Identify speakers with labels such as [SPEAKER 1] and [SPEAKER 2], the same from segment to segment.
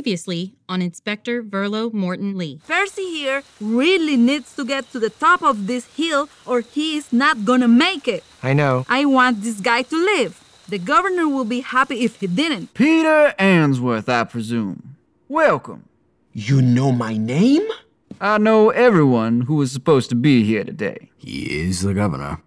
[SPEAKER 1] Previously on Inspector Verlo Morton Lee.
[SPEAKER 2] Percy here really needs to get to the top of this hill or he is not gonna make it.
[SPEAKER 3] I know.
[SPEAKER 2] I want this guy to live. The governor will be happy if he didn't.
[SPEAKER 4] Peter Answorth, I presume. Welcome.
[SPEAKER 5] You know my name?
[SPEAKER 4] I know everyone who was supposed to be here today.
[SPEAKER 5] He is the governor.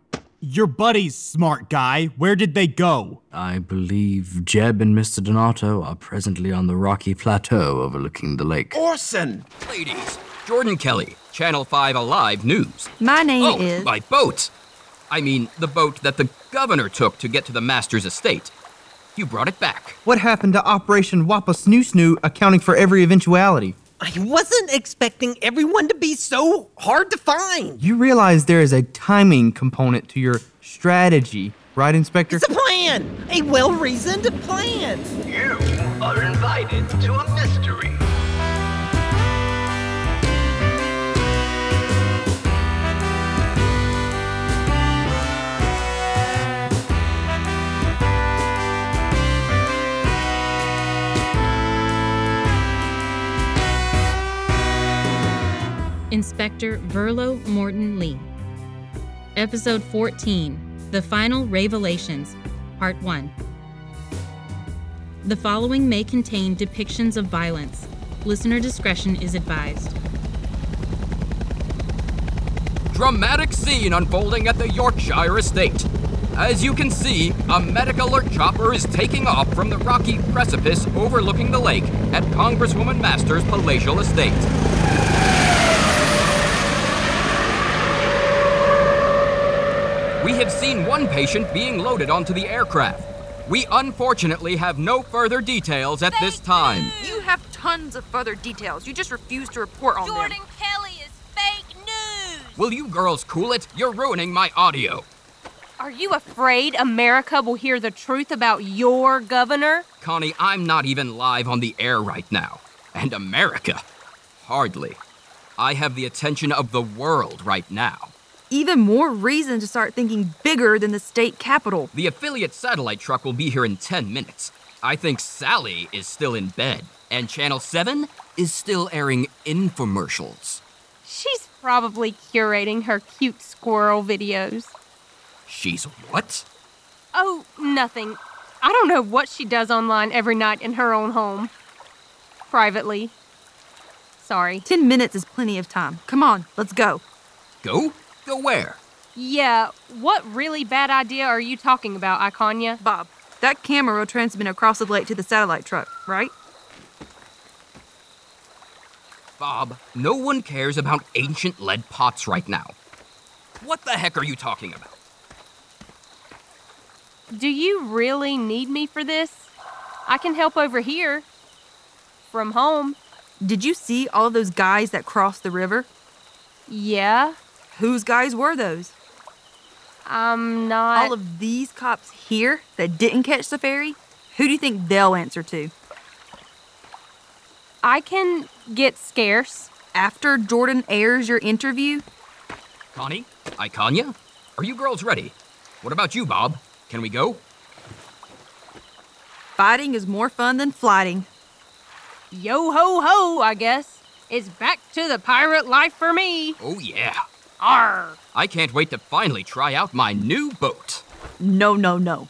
[SPEAKER 6] Your buddies, smart guy. Where did they go?
[SPEAKER 5] I believe Jeb and Mr. Donato are presently on the rocky plateau overlooking the lake.
[SPEAKER 7] Orson! Ladies, Jordan Kelly, Channel 5 Alive News.
[SPEAKER 2] My name
[SPEAKER 7] oh,
[SPEAKER 2] is.
[SPEAKER 7] my boat! I mean, the boat that the governor took to get to the master's estate. You brought it back.
[SPEAKER 8] What happened to Operation Wapa Snoo Snoo accounting for every eventuality?
[SPEAKER 9] I wasn't expecting everyone to be so hard to find.
[SPEAKER 8] You realize there is a timing component to your strategy, right, Inspector?
[SPEAKER 9] It's a plan, a well reasoned plan.
[SPEAKER 10] You are invited to a mystery.
[SPEAKER 1] Inspector Verlo Morton Lee. Episode 14 The Final Revelations, Part 1. The following may contain depictions of violence. Listener discretion is advised.
[SPEAKER 7] Dramatic scene unfolding at the Yorkshire estate. As you can see, a medic alert chopper is taking off from the rocky precipice overlooking the lake at Congresswoman Masters' palatial estate. We have seen one patient being loaded onto the aircraft. We unfortunately have no further details at this time.
[SPEAKER 11] You have tons of further details. You just refuse to report on
[SPEAKER 12] Jordan
[SPEAKER 11] them.
[SPEAKER 12] Kelly is fake news.
[SPEAKER 7] Will you girls cool it? You're ruining my audio.
[SPEAKER 11] Are you afraid America will hear the truth about your governor?
[SPEAKER 7] Connie, I'm not even live on the air right now. And America? Hardly. I have the attention of the world right now.
[SPEAKER 2] Even more reason to start thinking bigger than the state capitol.
[SPEAKER 7] The affiliate satellite truck will be here in 10 minutes. I think Sally is still in bed, and Channel 7 is still airing infomercials.
[SPEAKER 11] She's probably curating her cute squirrel videos.
[SPEAKER 7] She's what?
[SPEAKER 11] Oh, nothing. I don't know what she does online every night in her own home. Privately. Sorry.
[SPEAKER 2] Ten minutes is plenty of time. Come on, let's go.
[SPEAKER 7] Go? Go where?
[SPEAKER 11] Yeah, what really bad idea are you talking about, Iconia?
[SPEAKER 2] Bob, that camera will transmit across the lake to the satellite truck, right?
[SPEAKER 7] Bob, no one cares about ancient lead pots right now. What the heck are you talking about?
[SPEAKER 11] Do you really need me for this? I can help over here. From home.
[SPEAKER 2] Did you see all those guys that crossed the river?
[SPEAKER 11] Yeah,
[SPEAKER 2] Whose guys were those?
[SPEAKER 11] I'm not.
[SPEAKER 2] All of these cops here that didn't catch the ferry? Who do you think they'll answer to?
[SPEAKER 11] I can get scarce.
[SPEAKER 2] After Jordan airs your interview?
[SPEAKER 7] Connie? Icanya? Are you girls ready? What about you, Bob? Can we go?
[SPEAKER 2] Fighting is more fun than flighting.
[SPEAKER 11] Yo ho ho, I guess. It's back to the pirate life for me.
[SPEAKER 7] Oh, yeah.
[SPEAKER 11] Arr!
[SPEAKER 7] I can't wait to finally try out my new boat.
[SPEAKER 2] No, no, no.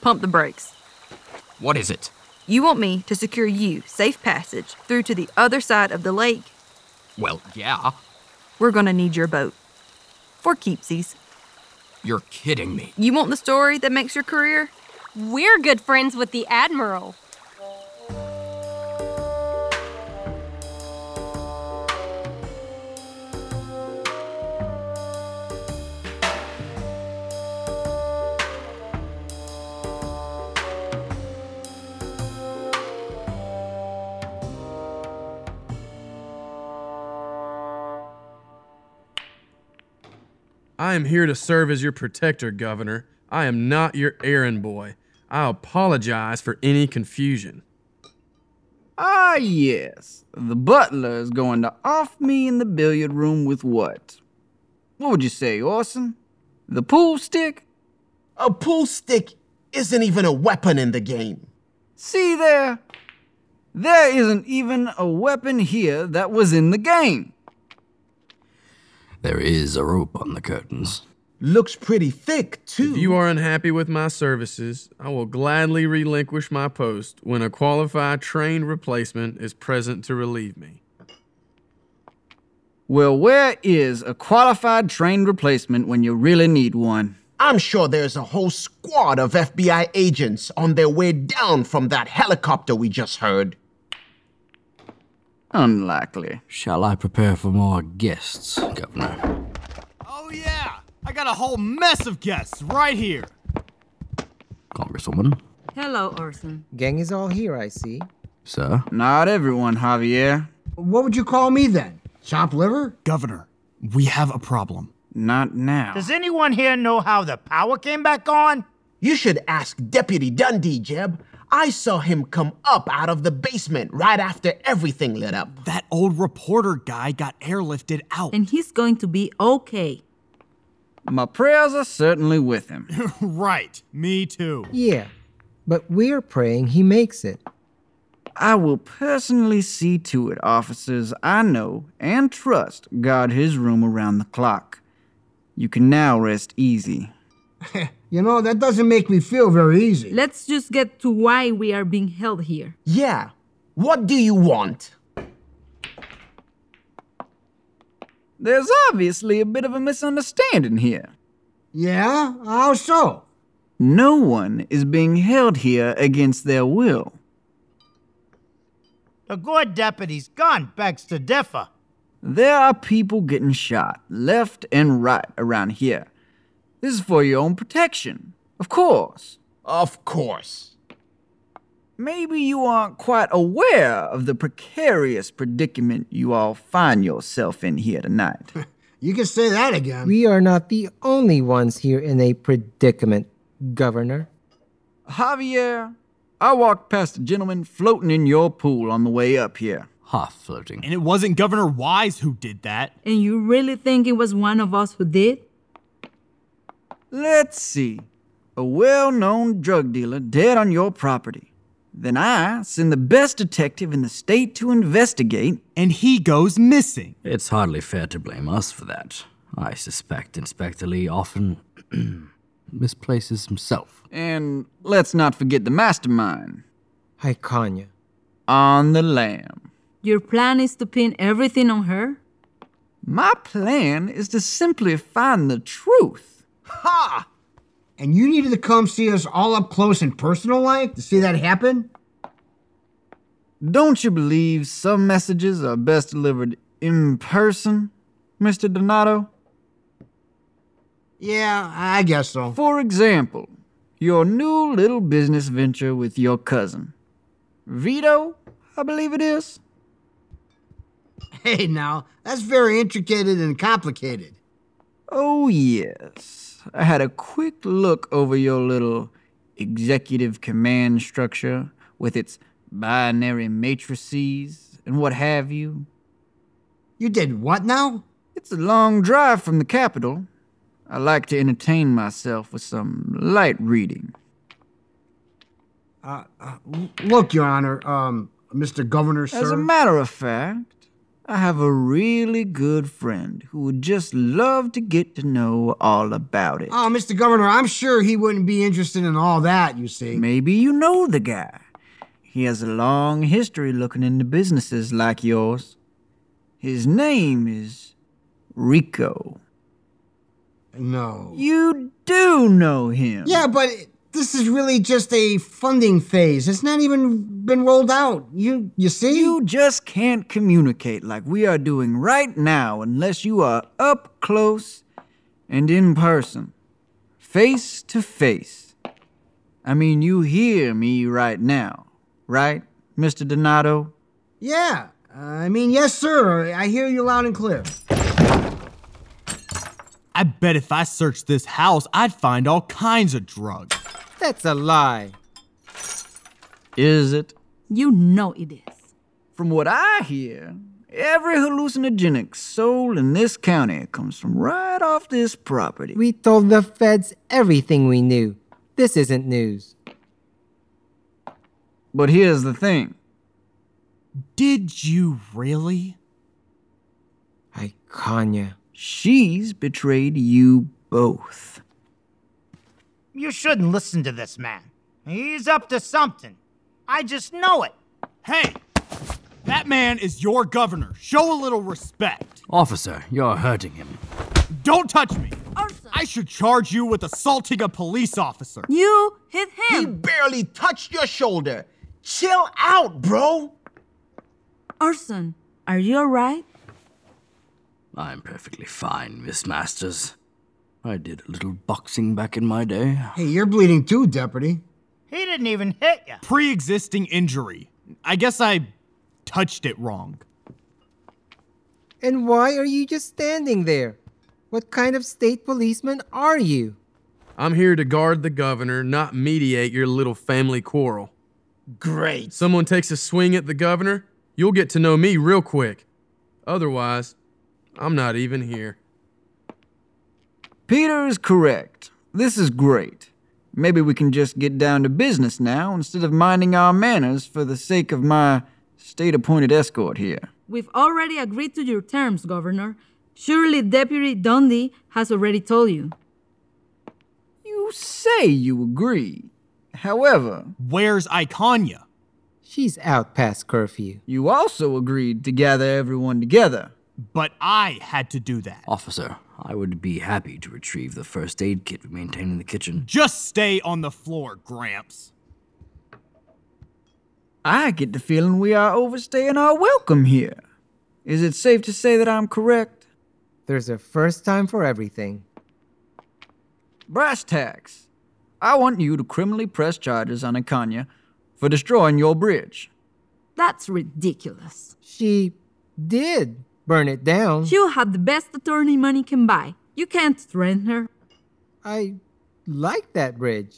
[SPEAKER 2] Pump the brakes.
[SPEAKER 7] What is it?
[SPEAKER 2] You want me to secure you safe passage through to the other side of the lake.
[SPEAKER 7] Well, yeah.
[SPEAKER 2] We're gonna need your boat. For keepsies.
[SPEAKER 7] You're kidding me.
[SPEAKER 2] You want the story that makes your career?
[SPEAKER 11] We're good friends with the Admiral.
[SPEAKER 13] I am here to serve as your protector, Governor. I am not your errand boy. I apologize for any confusion.
[SPEAKER 4] Ah, yes. The butler is going to off me in the billiard room with what? What would you say, Orson? The pool stick?
[SPEAKER 9] A pool stick isn't even a weapon in the game.
[SPEAKER 4] See there? There isn't even a weapon here that was in the game.
[SPEAKER 5] There is a rope on the curtains.
[SPEAKER 13] Looks pretty thick, too. If you are unhappy with my services, I will gladly relinquish my post when a qualified trained replacement is present to relieve me.
[SPEAKER 4] Well, where is a qualified trained replacement when you really need one?
[SPEAKER 3] I'm sure there's a whole squad of FBI agents on their way down from that helicopter we just heard.
[SPEAKER 4] Unlikely.
[SPEAKER 5] Shall I prepare for more guests, Governor?
[SPEAKER 6] Oh, yeah! I got a whole mess of guests right here!
[SPEAKER 5] Congresswoman?
[SPEAKER 2] Hello, Orson.
[SPEAKER 14] Gang is all here, I see.
[SPEAKER 5] Sir?
[SPEAKER 4] Not everyone, Javier.
[SPEAKER 14] What would you call me then? Chop liver?
[SPEAKER 6] Governor, we have a problem.
[SPEAKER 4] Not now.
[SPEAKER 15] Does anyone here know how the power came back on?
[SPEAKER 3] You should ask Deputy Dundee, Jeb. I saw him come up out of the basement right after everything lit up.
[SPEAKER 6] That old reporter guy got airlifted out.
[SPEAKER 2] And he's going to be okay.
[SPEAKER 4] My prayers are certainly with him.
[SPEAKER 6] right, me too.
[SPEAKER 14] Yeah, but we're praying he makes it.
[SPEAKER 4] I will personally see to it, officers I know and trust guard his room around the clock. You can now rest easy.
[SPEAKER 14] you know, that doesn't make me feel very easy.
[SPEAKER 2] Let's just get to why we are being held here.
[SPEAKER 3] Yeah. What do you want?
[SPEAKER 4] There's obviously a bit of a misunderstanding here.
[SPEAKER 14] Yeah? How so?
[SPEAKER 4] No one is being held here against their will.
[SPEAKER 15] The good deputy's gun begs to differ.
[SPEAKER 4] There are people getting shot left and right around here. This is for your own protection. Of course.
[SPEAKER 3] Of course.
[SPEAKER 4] Maybe you aren't quite aware of the precarious predicament you all find yourself in here tonight.
[SPEAKER 14] you can say that again.
[SPEAKER 16] We are not the only ones here in a predicament, Governor.
[SPEAKER 4] Javier, I walked past a gentleman floating in your pool on the way up here.
[SPEAKER 5] Half floating.
[SPEAKER 6] And it wasn't Governor Wise who did that.
[SPEAKER 2] And you really think it was one of us who did?
[SPEAKER 4] Let's see. A well known drug dealer dead on your property. Then I send the best detective in the state to investigate,
[SPEAKER 6] and he goes missing.
[SPEAKER 5] It's hardly fair to blame us for that. I suspect Inspector Lee often misplaces himself.
[SPEAKER 4] And let's not forget the mastermind.
[SPEAKER 16] Hi, Kanya.
[SPEAKER 4] On the lam.
[SPEAKER 2] Your plan is to pin everything on her?
[SPEAKER 4] My plan is to simply find the truth.
[SPEAKER 3] Ha!
[SPEAKER 14] And you needed to come see us all up close and personal like to see that happen?
[SPEAKER 4] Don't you believe some messages are best delivered in person, Mr. Donato?
[SPEAKER 14] Yeah, I guess so.
[SPEAKER 4] For example, your new little business venture with your cousin. Vito, I believe it is.
[SPEAKER 14] Hey, now, that's very intricate and complicated.
[SPEAKER 4] Oh, yes. I had a quick look over your little executive command structure with its binary matrices and what have you.
[SPEAKER 14] You did what now?
[SPEAKER 4] It's a long drive from the capital, I like to entertain myself with some light reading.
[SPEAKER 14] Uh, uh, look, Your Honor, um, Mr. Governor, sir.
[SPEAKER 4] As a matter of fact, I have a really good friend who would just love to get to know all about it.
[SPEAKER 14] Oh, Mr. Governor, I'm sure he wouldn't be interested in all that, you see.
[SPEAKER 4] Maybe you know the guy. He has a long history looking into businesses like yours. His name is Rico.
[SPEAKER 14] No.
[SPEAKER 4] You do know him.
[SPEAKER 14] Yeah, but this is really just a funding phase. It's not even been rolled out. You you see?
[SPEAKER 4] You just can't communicate like we are doing right now unless you are up close and in person. Face to face. I mean, you hear me right now, right, Mr. Donato?
[SPEAKER 14] Yeah. Uh, I mean, yes, sir. I hear you loud and clear.
[SPEAKER 6] I bet if I searched this house, I'd find all kinds of drugs.
[SPEAKER 14] That's a lie.
[SPEAKER 4] Is it?
[SPEAKER 2] You know it is.
[SPEAKER 4] From what I hear, every hallucinogenic sold in this county comes from right off this property.
[SPEAKER 16] We told the feds everything we knew. This isn't news.
[SPEAKER 4] But here's the thing
[SPEAKER 6] Did you really?
[SPEAKER 4] Kanya. She's betrayed you both.
[SPEAKER 15] You shouldn't listen to this man. He's up to something. I just know it.
[SPEAKER 6] Hey, that man is your governor. Show a little respect.
[SPEAKER 5] Officer, you're hurting him.
[SPEAKER 6] Don't touch me. I should charge you with assaulting a police officer.
[SPEAKER 2] You hit him.
[SPEAKER 3] He barely touched your shoulder. Chill out, bro.
[SPEAKER 2] Orson, are you alright?
[SPEAKER 5] I'm perfectly fine, Miss Masters. I did a little boxing back in my day.
[SPEAKER 14] Hey, you're bleeding too, Deputy.
[SPEAKER 15] He didn't even hit you.
[SPEAKER 6] Pre existing injury. I guess I touched it wrong.
[SPEAKER 16] And why are you just standing there? What kind of state policeman are you?
[SPEAKER 13] I'm here to guard the governor, not mediate your little family quarrel.
[SPEAKER 3] Great.
[SPEAKER 13] Someone takes a swing at the governor, you'll get to know me real quick. Otherwise, I'm not even here.
[SPEAKER 4] Peter is correct. This is great. Maybe we can just get down to business now instead of minding our manners for the sake of my state appointed escort here.
[SPEAKER 2] We've already agreed to your terms, Governor. Surely Deputy Dundee has already told you.
[SPEAKER 4] You say you agree. However,
[SPEAKER 6] where's Iconia?
[SPEAKER 16] She's out past curfew.
[SPEAKER 4] You also agreed to gather everyone together.
[SPEAKER 6] But I had to do that.
[SPEAKER 5] Officer, I would be happy to retrieve the first aid kit we maintain in the kitchen.
[SPEAKER 6] Just stay on the floor, Gramps.
[SPEAKER 4] I get the feeling we are overstaying our welcome here. Is it safe to say that I'm correct?
[SPEAKER 16] There's a first time for everything.
[SPEAKER 4] Brass tacks. I want you to criminally press charges on Akanya for destroying your bridge.
[SPEAKER 2] That's ridiculous.
[SPEAKER 16] She did burn it down.
[SPEAKER 2] She'll have the best attorney money can buy. You can't threaten her.
[SPEAKER 16] I like that bridge.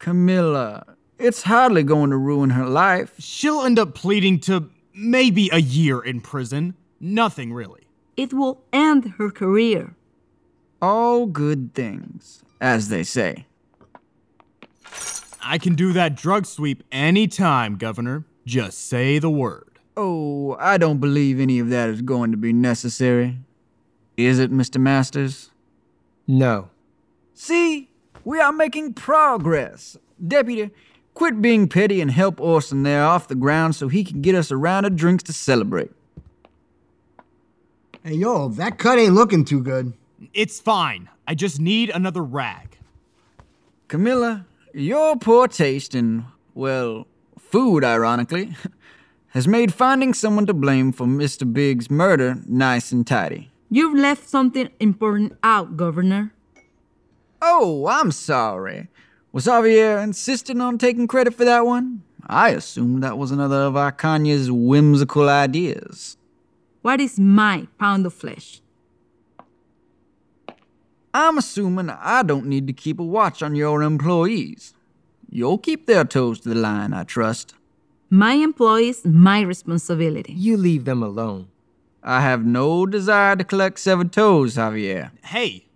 [SPEAKER 4] Camilla, it's hardly going to ruin her life.
[SPEAKER 6] She'll end up pleading to maybe a year in prison. Nothing really.
[SPEAKER 2] It will end her career.
[SPEAKER 4] All good things, as they say.
[SPEAKER 6] I can do that drug sweep anytime, Governor. Just say the word.
[SPEAKER 4] Oh, I don't believe any of that is going to be necessary. Is it, Mr. Masters?
[SPEAKER 16] No.
[SPEAKER 4] See, we are making progress. Deputy, quit being petty and help Orson there off the ground so he can get us a round of drinks to celebrate.
[SPEAKER 14] Hey, yo, that cut ain't looking too good.
[SPEAKER 6] It's fine. I just need another rag.
[SPEAKER 4] Camilla, your poor taste in, well, food, ironically. has made finding someone to blame for Mr. Big's murder nice and tidy.
[SPEAKER 2] You've left something important out, Governor.
[SPEAKER 4] Oh, I'm sorry. Was Javier insistent on taking credit for that one? I assumed that was another of our Kanye's whimsical ideas.
[SPEAKER 2] What is my pound of flesh?
[SPEAKER 4] I'm assuming I don't need to keep a watch on your employees. You'll keep their toes to the line, I trust.
[SPEAKER 2] My employees, my responsibility.
[SPEAKER 16] You leave them alone.
[SPEAKER 4] I have no desire to collect seven toes, Javier.
[SPEAKER 6] Hey,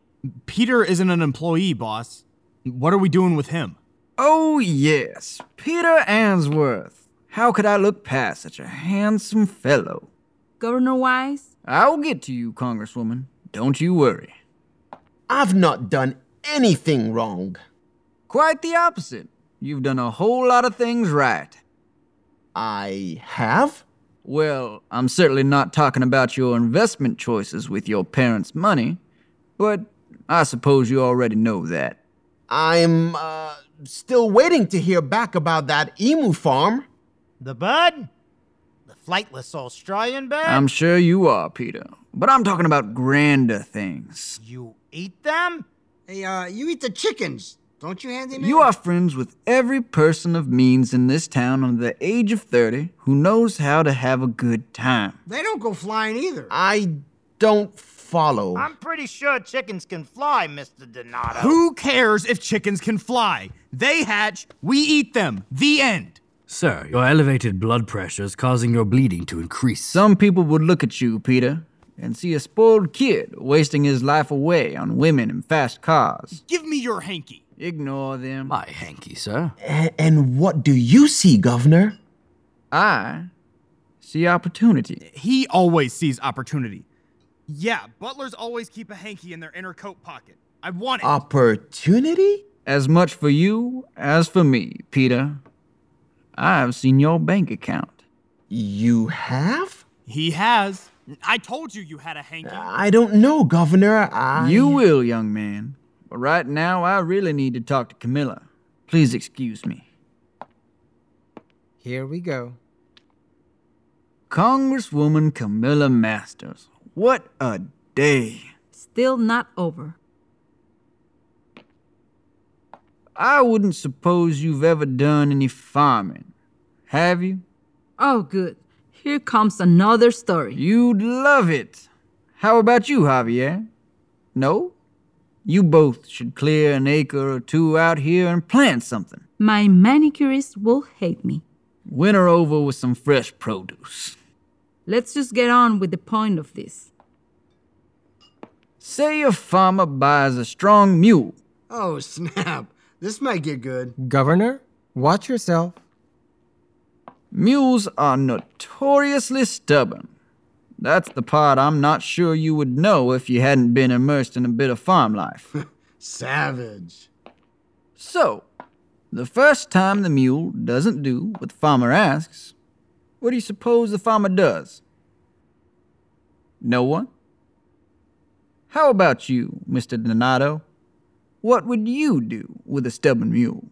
[SPEAKER 6] Peter isn't an employee, boss. What are we doing with him?
[SPEAKER 4] Oh, yes, Peter Answorth. How could I look past such a handsome fellow?
[SPEAKER 2] Governor Wise?
[SPEAKER 4] I'll get to you, Congresswoman. Don't you worry.
[SPEAKER 3] I've not done anything wrong.
[SPEAKER 4] Quite the opposite. You've done a whole lot of things right.
[SPEAKER 3] I have?
[SPEAKER 4] Well, I'm certainly not talking about your investment choices with your parents' money, but I suppose you already know that.
[SPEAKER 3] I'm uh, still waiting to hear back about that emu farm.
[SPEAKER 15] The bird? The flightless Australian bird?
[SPEAKER 3] Um,
[SPEAKER 4] I'm sure you are, Peter, but I'm talking about grander things.
[SPEAKER 15] You eat them?
[SPEAKER 14] Hey, uh, you eat the chickens. Don't you hand him
[SPEAKER 4] You
[SPEAKER 14] in?
[SPEAKER 4] are friends with every person of means in this town under the age of 30 who knows how to have a good time.
[SPEAKER 14] They don't go flying either.
[SPEAKER 3] I don't follow.
[SPEAKER 15] I'm pretty sure chickens can fly, Mr. Donato.
[SPEAKER 6] Who cares if chickens can fly? They hatch, we eat them. The end.
[SPEAKER 5] Sir, your elevated blood pressure is causing your bleeding to increase.
[SPEAKER 4] Some people would look at you, Peter, and see a spoiled kid wasting his life away on women and fast cars.
[SPEAKER 6] Give me your hanky.
[SPEAKER 4] Ignore them.
[SPEAKER 5] My hanky, sir.
[SPEAKER 3] A- and what do you see, Governor?
[SPEAKER 4] I See opportunity.
[SPEAKER 6] He always sees opportunity. Yeah, butlers always keep a hanky in their inner coat pocket. I want it.
[SPEAKER 4] Opportunity? As much for you as for me, Peter. I've seen your bank account.
[SPEAKER 3] You have?
[SPEAKER 6] He has. I told you you had a hanky.
[SPEAKER 3] I don't know, Governor. I.
[SPEAKER 4] You will, young man. But right now, I really need to talk to Camilla. Please excuse me.
[SPEAKER 16] Here we go.
[SPEAKER 4] Congresswoman Camilla Masters. What a day.
[SPEAKER 2] Still not over.
[SPEAKER 4] I wouldn't suppose you've ever done any farming, have you?
[SPEAKER 2] Oh, good. Here comes another story.
[SPEAKER 4] You'd love it. How about you, Javier? No? You both should clear an acre or two out here and plant something.
[SPEAKER 2] My manicurist will hate me.
[SPEAKER 4] Winter over with some fresh produce.
[SPEAKER 2] Let's just get on with the point of this.
[SPEAKER 4] Say a farmer buys a strong mule.
[SPEAKER 14] Oh, snap. This might get good.
[SPEAKER 16] Governor, watch yourself.
[SPEAKER 4] Mules are notoriously stubborn. That's the part I'm not sure you would know if you hadn't been immersed in a bit of farm life.
[SPEAKER 14] Savage.
[SPEAKER 4] So, the first time the mule doesn't do what the farmer asks, what do you suppose the farmer does? No one? How about you, Mr. Donato? What would you do with a stubborn mule?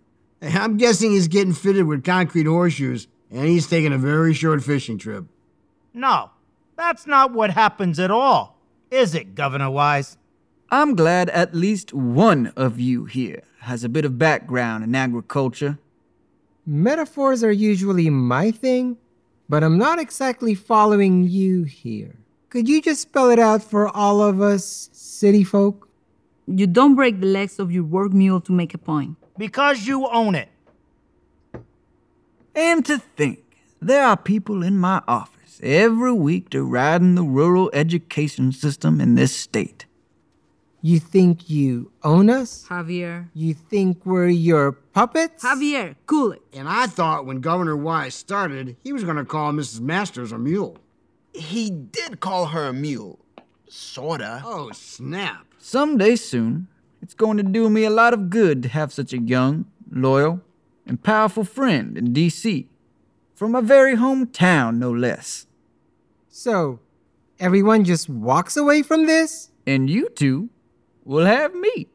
[SPEAKER 14] I'm guessing he's getting fitted with concrete horseshoes and he's taking a very short fishing trip.
[SPEAKER 15] No, that's not what happens at all, is it, Governor Wise?
[SPEAKER 4] I'm glad at least one of you here has a bit of background in agriculture.
[SPEAKER 16] Metaphors are usually my thing, but I'm not exactly following you here. Could you just spell it out for all of us city folk?
[SPEAKER 2] You don't break the legs of your work mule to make a point.
[SPEAKER 15] Because you own it.
[SPEAKER 4] And to think, there are people in my office every week deriding the rural education system in this state.
[SPEAKER 16] You think you own us?
[SPEAKER 2] Javier.
[SPEAKER 16] You think we're your puppets?
[SPEAKER 2] Javier, cool it.
[SPEAKER 14] And I thought when Governor Wise started, he was going to call Mrs. Masters a mule.
[SPEAKER 3] He did call her a mule. Sorta.
[SPEAKER 14] Oh, snap.
[SPEAKER 4] Someday soon, it's going to do me a lot of good to have such a young, loyal, and powerful friend in D.C., from my very hometown, no less.
[SPEAKER 16] So, everyone just walks away from this?
[SPEAKER 4] And you two will have me.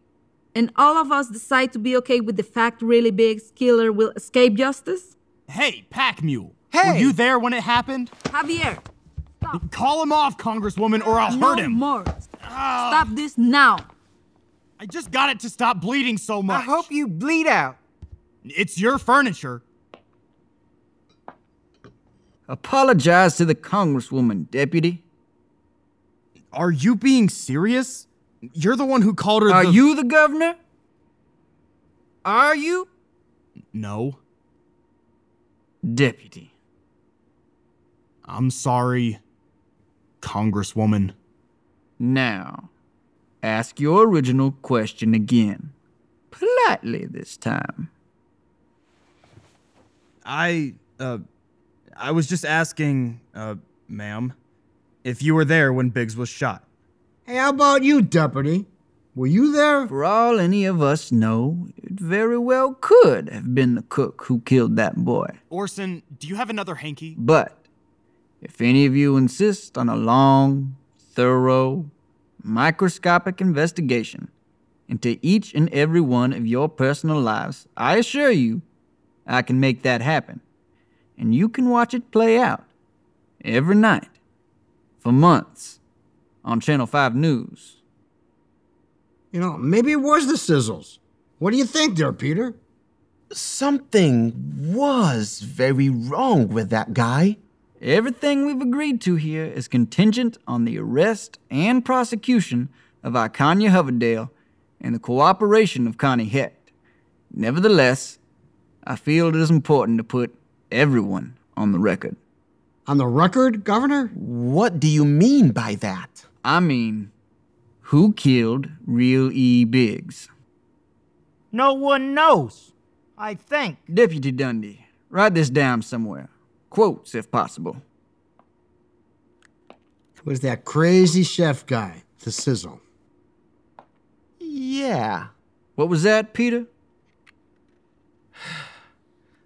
[SPEAKER 2] And all of us decide to be okay with the fact really big killer will escape justice?
[SPEAKER 6] Hey, pack mule.
[SPEAKER 16] Hey!
[SPEAKER 6] Were you there when it happened?
[SPEAKER 2] Javier, stop.
[SPEAKER 6] Call him off, Congresswoman, or I'll
[SPEAKER 2] no
[SPEAKER 6] hurt him. Ah.
[SPEAKER 2] more. Stop this now.
[SPEAKER 6] I just got it to stop bleeding so
[SPEAKER 16] I
[SPEAKER 6] much.
[SPEAKER 16] hope you bleed out.
[SPEAKER 6] It's your furniture.
[SPEAKER 4] Apologize to the Congresswoman, Deputy.
[SPEAKER 6] Are you being serious? You're the one who called her
[SPEAKER 4] Are
[SPEAKER 6] the-
[SPEAKER 4] you the governor? Are you?
[SPEAKER 6] No.
[SPEAKER 4] Deputy.
[SPEAKER 6] I'm sorry, Congresswoman.
[SPEAKER 4] Now, ask your original question again. Politely this time.
[SPEAKER 6] I, uh, I was just asking, uh, ma'am, if you were there when Biggs was shot.
[SPEAKER 14] Hey, how about you, Deputy? Were you there?
[SPEAKER 4] For all any of us know, it very well could have been the cook who killed that boy.
[SPEAKER 6] Orson, do you have another hanky?
[SPEAKER 4] But if any of you insist on a long, thorough, microscopic investigation into each and every one of your personal lives, I assure you, I can make that happen. And you can watch it play out every night for months on Channel 5 News.
[SPEAKER 14] You know, maybe it was the sizzles. What do you think there, Peter?
[SPEAKER 3] Something was very wrong with that guy.
[SPEAKER 4] Everything we've agreed to here is contingent on the arrest and prosecution of Icanya Hoverdale and the cooperation of Connie Hecht. Nevertheless, I feel it is important to put everyone on the record.
[SPEAKER 14] On the record, Governor?
[SPEAKER 3] What do you mean by that?
[SPEAKER 4] I mean, who killed Real E. Biggs?
[SPEAKER 15] No one knows. I think.
[SPEAKER 4] Deputy Dundee, write this down somewhere. Quotes, if possible.
[SPEAKER 14] was that crazy chef guy, the sizzle.
[SPEAKER 3] Yeah.
[SPEAKER 4] What was that, Peter?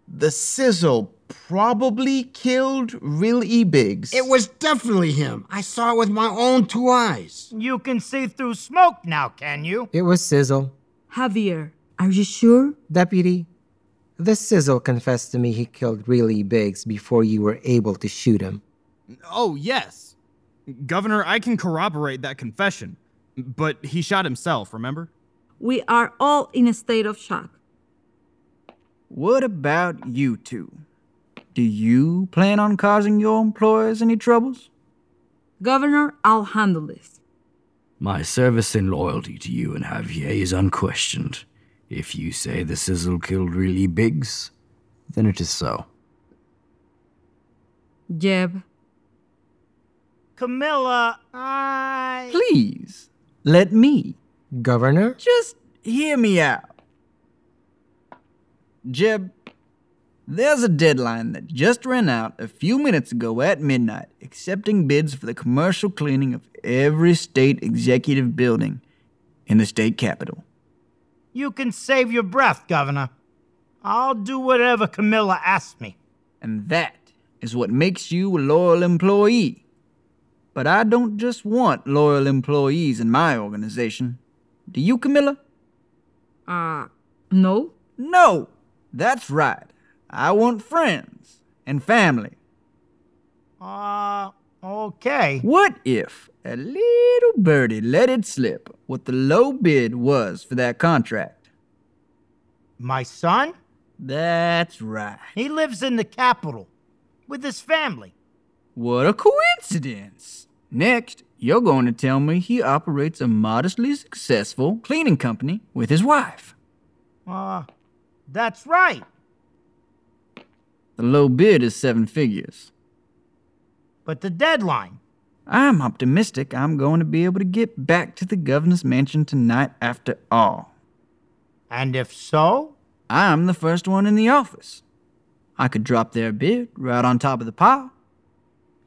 [SPEAKER 3] The sizzle probably killed Real E Biggs.
[SPEAKER 14] It was definitely him. I saw it with my own two eyes.
[SPEAKER 15] You can see through smoke now, can you?
[SPEAKER 16] It was Sizzle.
[SPEAKER 2] Javier, are you sure?
[SPEAKER 16] Deputy, the Sizzle confessed to me he killed Really Biggs before you were able to shoot him.
[SPEAKER 6] Oh, yes. Governor, I can corroborate that confession. But he shot himself, remember?
[SPEAKER 2] We are all in a state of shock.
[SPEAKER 4] What about you two? Do you plan on causing your employers any troubles?
[SPEAKER 2] Governor, I'll handle this.
[SPEAKER 5] My service and loyalty to you and Javier is unquestioned. If you say the sizzle killed really Biggs, then it is so.
[SPEAKER 2] Jeb.
[SPEAKER 15] Camilla, I.
[SPEAKER 4] Please, let me.
[SPEAKER 16] Governor?
[SPEAKER 4] Just hear me out. Jeb, there's a deadline that just ran out a few minutes ago at midnight, accepting bids for the commercial cleaning of every state executive building in the state capitol.
[SPEAKER 15] You can save your breath, Governor. I'll do whatever Camilla asks me.
[SPEAKER 4] And that is what makes you a loyal employee. But I don't just want loyal employees in my organization. Do you, Camilla?
[SPEAKER 2] Uh, no.
[SPEAKER 4] No! That's right. I want friends and family.
[SPEAKER 15] Uh, okay.
[SPEAKER 4] What if a little birdie let it slip what the low bid was for that contract?
[SPEAKER 15] My son?
[SPEAKER 4] That's right.
[SPEAKER 15] He lives in the capital with his family.
[SPEAKER 4] What a coincidence! Next, you're going to tell me he operates a modestly successful cleaning company with his wife.
[SPEAKER 15] Uh, that's right.
[SPEAKER 4] The low bid is seven figures.
[SPEAKER 15] But the deadline.
[SPEAKER 4] I'm optimistic I'm going to be able to get back to the governor's mansion tonight after all.
[SPEAKER 15] And if so?
[SPEAKER 4] I'm the first one in the office. I could drop their bid right on top of the pile.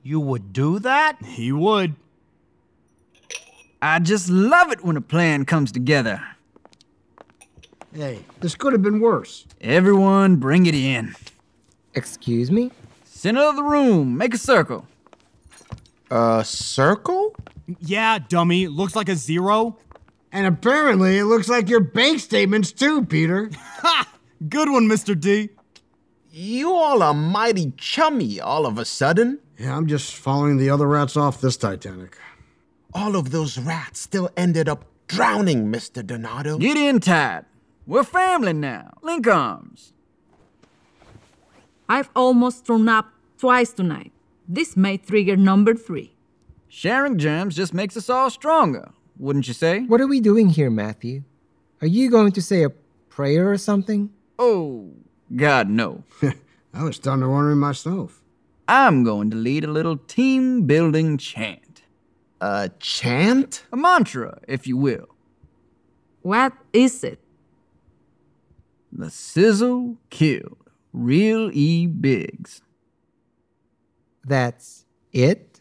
[SPEAKER 15] You would do that?
[SPEAKER 6] He would.
[SPEAKER 4] I just love it when a plan comes together.
[SPEAKER 14] Hey, this could have been worse.
[SPEAKER 4] Everyone, bring it in.
[SPEAKER 16] Excuse me?
[SPEAKER 4] Center of the room, make a circle.
[SPEAKER 3] A circle?
[SPEAKER 6] Yeah, dummy. Looks like a zero.
[SPEAKER 14] And apparently, it looks like your bank statements too, Peter.
[SPEAKER 6] Ha! Good one, Mr. D.
[SPEAKER 3] You all are mighty chummy all of a sudden.
[SPEAKER 14] Yeah, I'm just following the other rats off this Titanic.
[SPEAKER 3] All of those rats still ended up drowning, Mr. Donato.
[SPEAKER 4] Get in tight. We're family now. Link arms.
[SPEAKER 2] I've almost thrown up twice tonight. This may trigger number three.
[SPEAKER 4] Sharing germs just makes us all stronger, wouldn't you say?
[SPEAKER 16] What are we doing here, Matthew? Are you going to say a prayer or something?
[SPEAKER 4] Oh, God, no.
[SPEAKER 14] I was starting to wonder myself.
[SPEAKER 4] I'm going to lead a little team building chant.
[SPEAKER 3] A chant?
[SPEAKER 4] A mantra, if you will.
[SPEAKER 2] What is it?
[SPEAKER 4] The sizzle killed. Real E. Biggs.
[SPEAKER 16] That's it?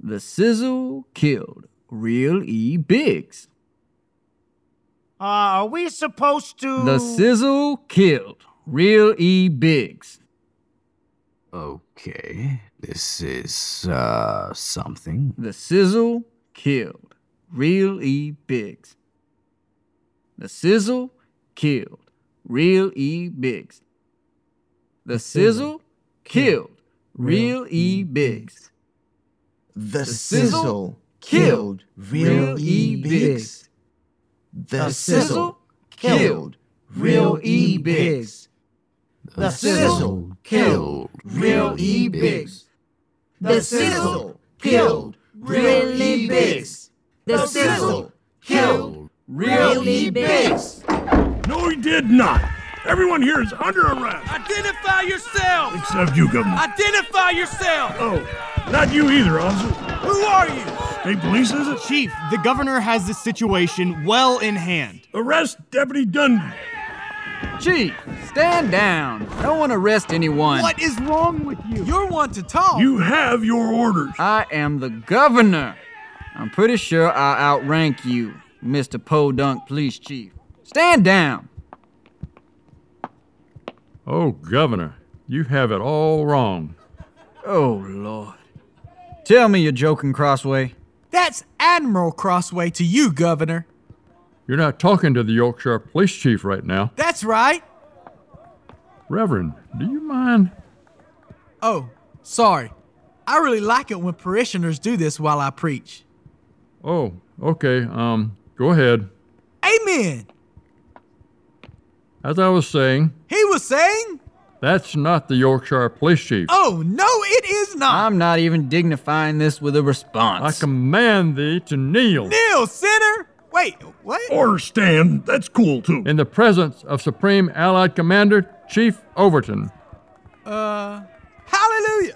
[SPEAKER 4] The sizzle killed Real E. Biggs.
[SPEAKER 15] Uh, are we supposed to.
[SPEAKER 4] The sizzle killed Real E. Biggs.
[SPEAKER 5] Okay, this is, uh, something.
[SPEAKER 4] The sizzle killed Real E. Biggs. The sizzle killed Real E. Biggs. The sizzle killed Real E Biggs.
[SPEAKER 3] The sizzle killed Real E Biggs. The sizzle killed Real E Biggs.
[SPEAKER 5] The sizzle killed Real E Biggs.
[SPEAKER 3] The sizzle killed Real E Biggs.
[SPEAKER 12] The sizzle killed Real E Biggs.
[SPEAKER 17] No, he did not. Everyone here is under arrest.
[SPEAKER 18] Identify yourself!
[SPEAKER 17] Except you, Governor.
[SPEAKER 18] Identify yourself!
[SPEAKER 17] Oh, not you either, officer.
[SPEAKER 18] Who are you?
[SPEAKER 17] State police, is it?
[SPEAKER 6] Chief, the governor has the situation well in hand.
[SPEAKER 17] Arrest Deputy Dundee.
[SPEAKER 4] Chief, stand down. I don't want to arrest anyone.
[SPEAKER 19] What is wrong with you? You're one to talk.
[SPEAKER 4] You have your orders. I am the governor. I'm pretty sure I outrank you, Mr. Podunk Police Chief. Stand down.
[SPEAKER 20] Oh, Governor, you have it all wrong.
[SPEAKER 4] Oh, Lord. Tell me you're joking, Crossway.
[SPEAKER 19] That's Admiral Crossway to you, Governor.
[SPEAKER 20] You're not talking to the Yorkshire Police Chief right now.
[SPEAKER 19] That's right.
[SPEAKER 20] Reverend, do you mind?
[SPEAKER 19] Oh, sorry. I really like it when parishioners do this while I preach.
[SPEAKER 20] Oh, okay. Um, go ahead.
[SPEAKER 19] Amen.
[SPEAKER 20] As I was saying,
[SPEAKER 19] He was saying,
[SPEAKER 20] that's not the Yorkshire Police Chief.
[SPEAKER 19] Oh, no, it is not.
[SPEAKER 4] I'm not even dignifying this with a response. I
[SPEAKER 20] command thee to kneel.
[SPEAKER 19] Neil Sinner. Wait, what?
[SPEAKER 20] Or stand. That's cool too. In the presence of Supreme Allied Commander Chief Overton.
[SPEAKER 19] Uh, hallelujah.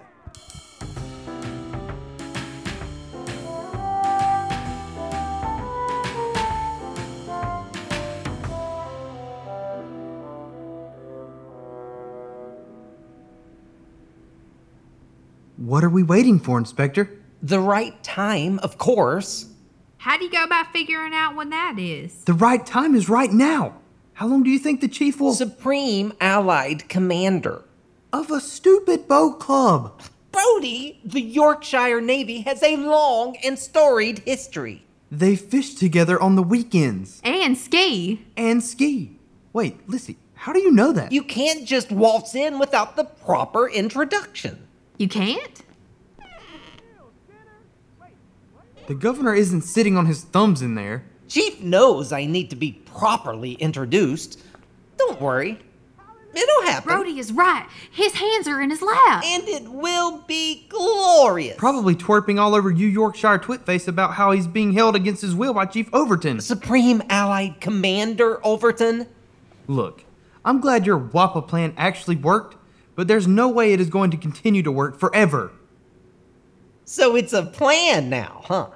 [SPEAKER 8] What are we waiting for, Inspector?
[SPEAKER 9] The right time, of course.
[SPEAKER 21] How do you go about figuring out when that is?
[SPEAKER 8] The right time is right now. How long do you think the chief will.
[SPEAKER 9] Supreme Allied Commander.
[SPEAKER 8] Of a stupid boat club.
[SPEAKER 9] Brody, the Yorkshire Navy has a long and storied history.
[SPEAKER 8] They fish together on the weekends
[SPEAKER 21] And ski.
[SPEAKER 8] and ski. Wait, Lissy, how do you know that?
[SPEAKER 9] You can't just waltz in without the proper introduction.
[SPEAKER 21] You can't?
[SPEAKER 8] The governor isn't sitting on his thumbs in there.
[SPEAKER 9] Chief knows I need to be properly introduced. Don't worry. It'll happen.
[SPEAKER 21] Brody is right. His hands are in his lap.
[SPEAKER 9] And it will be glorious.
[SPEAKER 8] Probably twerping all over you, Yorkshire Twitface, about how he's being held against his will by Chief Overton.
[SPEAKER 9] Supreme Allied Commander Overton.
[SPEAKER 8] Look, I'm glad your WAPA plan actually worked, but there's no way it is going to continue to work forever.
[SPEAKER 9] So it's a plan now, huh?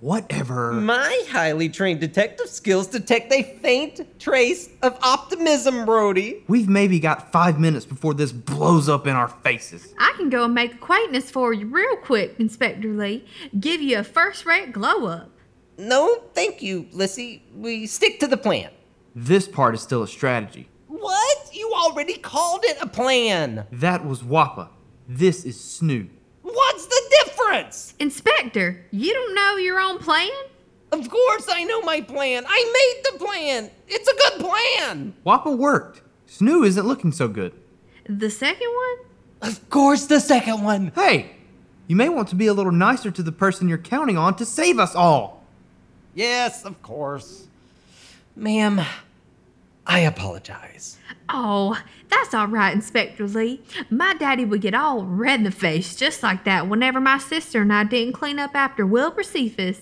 [SPEAKER 8] Whatever.
[SPEAKER 9] My highly trained detective skills detect a faint trace of optimism, Brody.
[SPEAKER 8] We've maybe got five minutes before this blows up in our faces.
[SPEAKER 21] I can go and make acquaintance for you real quick, Inspector Lee. Give you a first rate glow up.
[SPEAKER 9] No, thank you, Lissy. We stick to the plan.
[SPEAKER 8] This part is still a strategy.
[SPEAKER 9] What? You already called it a plan.
[SPEAKER 8] That was WAPA. This is Snoo.
[SPEAKER 9] What's the difference?
[SPEAKER 21] Inspector, you don't know your own plan?
[SPEAKER 9] Of course I know my plan. I made the plan. It's a good plan.
[SPEAKER 8] WAPA worked. Snoo isn't looking so good.
[SPEAKER 21] The second one?
[SPEAKER 9] Of course, the second one.
[SPEAKER 8] Hey, you may want to be a little nicer to the person you're counting on to save us all.
[SPEAKER 9] Yes, of course. Ma'am, I apologize.
[SPEAKER 21] Oh, that's all right, Inspector Lee. My daddy would get all red in the face just like that whenever my sister and I didn't clean up after Wilbur Cephas,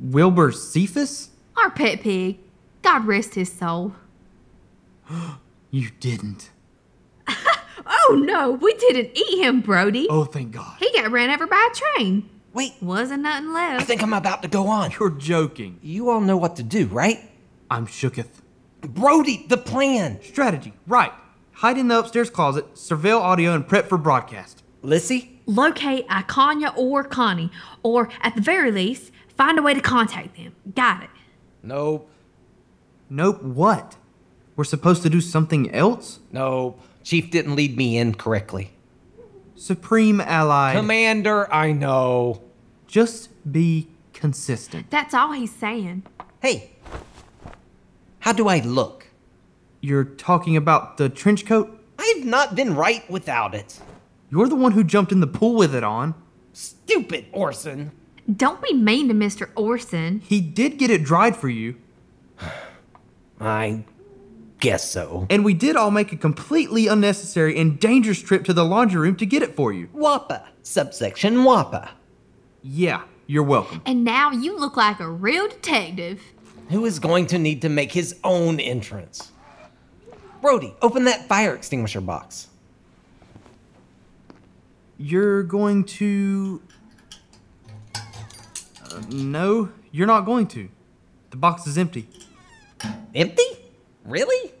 [SPEAKER 8] Wilbur Cephas?
[SPEAKER 21] our pet pig. God rest his soul.
[SPEAKER 8] You didn't.
[SPEAKER 21] Oh no, we didn't eat him, Brody.
[SPEAKER 8] Oh, thank God.
[SPEAKER 21] He got ran over by a train.
[SPEAKER 9] Wait.
[SPEAKER 21] Wasn't nothing left.
[SPEAKER 9] I think I'm about to go on.
[SPEAKER 8] You're joking.
[SPEAKER 9] You all know what to do, right?
[SPEAKER 8] I'm shooketh.
[SPEAKER 9] Brody, the plan.
[SPEAKER 8] Strategy, right. Hide in the upstairs closet, surveil audio, and prep for broadcast.
[SPEAKER 9] Lissy?
[SPEAKER 21] Locate Icanya or Connie, or at the very least, find a way to contact them. Got it.
[SPEAKER 9] Nope.
[SPEAKER 8] Nope, what? We're supposed to do something else?
[SPEAKER 9] Nope. Chief didn't lead me in correctly.
[SPEAKER 8] Supreme ally.
[SPEAKER 9] Commander, I know.
[SPEAKER 8] Just be consistent.
[SPEAKER 21] That's all he's saying.
[SPEAKER 9] Hey, how do I look?
[SPEAKER 8] You're talking about the trench coat?
[SPEAKER 9] I've not been right without it.
[SPEAKER 8] You're the one who jumped in the pool with it on.
[SPEAKER 9] Stupid Orson.
[SPEAKER 21] Don't be mean to Mr. Orson.
[SPEAKER 8] He did get it dried for you,
[SPEAKER 9] I guess so.
[SPEAKER 8] and we did all make a completely unnecessary and dangerous trip to the laundry room to get it for you.
[SPEAKER 9] WAPA, subsection WAPA.
[SPEAKER 8] Yeah, you're welcome.
[SPEAKER 21] And now you look like a real detective.
[SPEAKER 9] Who is going to need to make his own entrance? Brody, open that fire extinguisher box.
[SPEAKER 8] You're going to. Uh, no, you're not going to. The box is empty.
[SPEAKER 9] Empty? Really?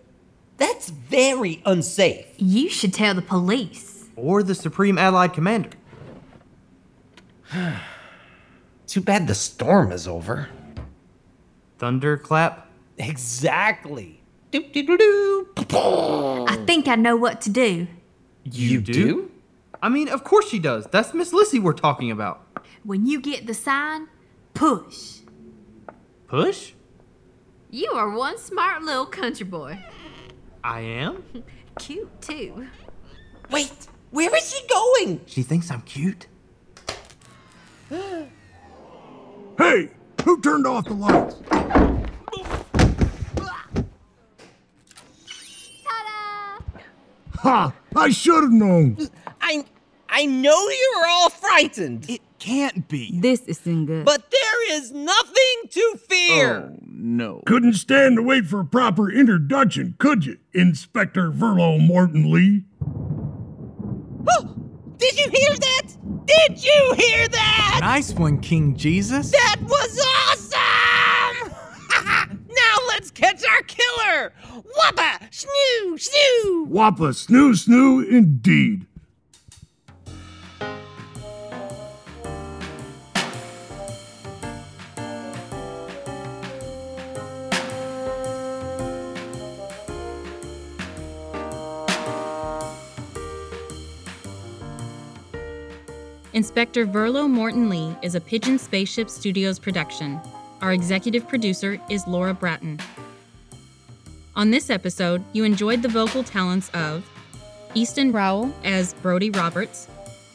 [SPEAKER 9] That's very unsafe.
[SPEAKER 21] You should tell the police.
[SPEAKER 8] Or the Supreme Allied Commander.
[SPEAKER 9] Too bad the storm is over.
[SPEAKER 8] Thunderclap?
[SPEAKER 9] Exactly.
[SPEAKER 21] I think I know what to do.
[SPEAKER 8] You do? I mean, of course she does. That's Miss Lissy we're talking about.
[SPEAKER 21] When you get the sign, push.
[SPEAKER 8] Push?
[SPEAKER 21] You are one smart little country boy.
[SPEAKER 8] I am?
[SPEAKER 21] Cute, too.
[SPEAKER 9] Wait, where is she going?
[SPEAKER 8] She thinks I'm cute?
[SPEAKER 17] Hey, who turned off the lights? Ha! I should have known.
[SPEAKER 9] I I know you're all frightened. It
[SPEAKER 2] Can't be. This isn't good.
[SPEAKER 9] But there is nothing to fear.
[SPEAKER 19] Oh.
[SPEAKER 17] No. Couldn't stand to wait for a proper introduction, could you, Inspector Verlo Morton Lee?
[SPEAKER 12] Did you hear that? Did you hear that?
[SPEAKER 19] Nice one, King Jesus.
[SPEAKER 12] That was awesome! now let's catch our killer! Wappa! Snoo! Snoo!
[SPEAKER 17] Wappa snoo snoo indeed.
[SPEAKER 1] Inspector Verlo Morton Lee is a Pigeon Spaceship Studios production. Our executive producer is Laura Bratton. On this episode, you enjoyed the vocal talents of Easton Rowell as Brody Roberts,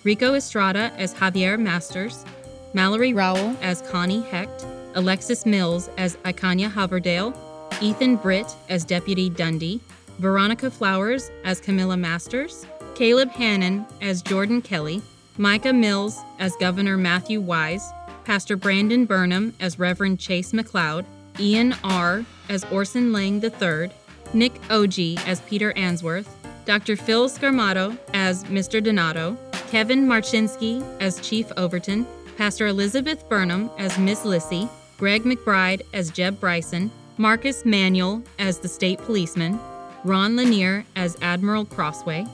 [SPEAKER 1] Rico Estrada as Javier Masters, Mallory Rowell as Connie Hecht, Alexis Mills as Ikanya Hoverdale, Ethan Britt as Deputy Dundee, Veronica Flowers as Camilla Masters, Caleb Hannon as Jordan Kelly, Micah Mills as Governor Matthew Wise, Pastor Brandon Burnham as Reverend Chase McLeod, Ian R. as Orson Lang III, Nick Oji as Peter Answorth, Dr. Phil Scarmato as Mr. Donato, Kevin Marchinsky as Chief Overton, Pastor Elizabeth Burnham as Miss Lissy, Greg McBride as Jeb Bryson, Marcus Manuel as the State Policeman, Ron Lanier as Admiral Crossway,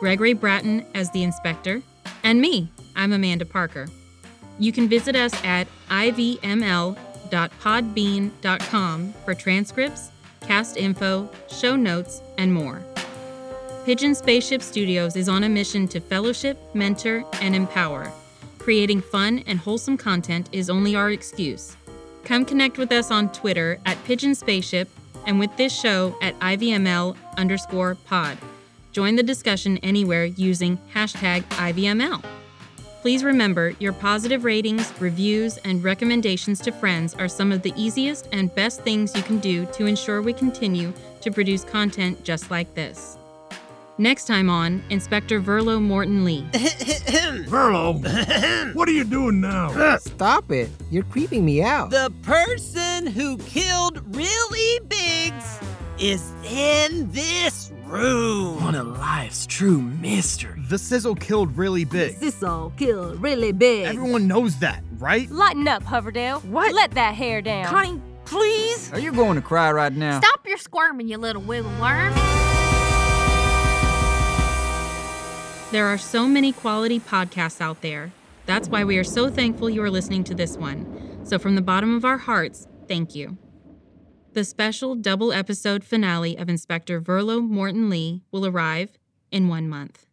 [SPEAKER 1] Gregory Bratton as the Inspector, and me, I'm Amanda Parker. You can visit us at ivml.podbean.com for transcripts, cast info, show notes, and more. Pigeon Spaceship Studios is on a mission to fellowship, mentor, and empower. Creating fun and wholesome content is only our excuse. Come connect with us on Twitter at Pigeon Spaceship and with this show at IVML underscore pod. Join the discussion anywhere using hashtag IVML. Please remember your positive ratings, reviews, and recommendations to friends are some of the easiest and best things you can do to ensure we continue to produce content just like this. Next time on Inspector Verlo Morton Lee.
[SPEAKER 17] Verlo, what are you doing now?
[SPEAKER 16] Stop it. You're creeping me out.
[SPEAKER 12] The person who killed Really Biggs is in this room.
[SPEAKER 10] One of life's true mystery.
[SPEAKER 6] The sizzle killed really big.
[SPEAKER 2] Sizzle kill really big.
[SPEAKER 6] Everyone knows that, right?
[SPEAKER 11] Lighten up, Hoverdale. What? Let that hair down.
[SPEAKER 2] Connie,
[SPEAKER 11] please.
[SPEAKER 4] Are you going to cry right now?
[SPEAKER 21] Stop your squirming, you little wiggle worm.
[SPEAKER 1] There are so many quality podcasts out there. That's why we are so thankful you are listening to this one. So, from the bottom of our hearts, thank you. The special double episode finale of Inspector Verlo Morton Lee will arrive in one month.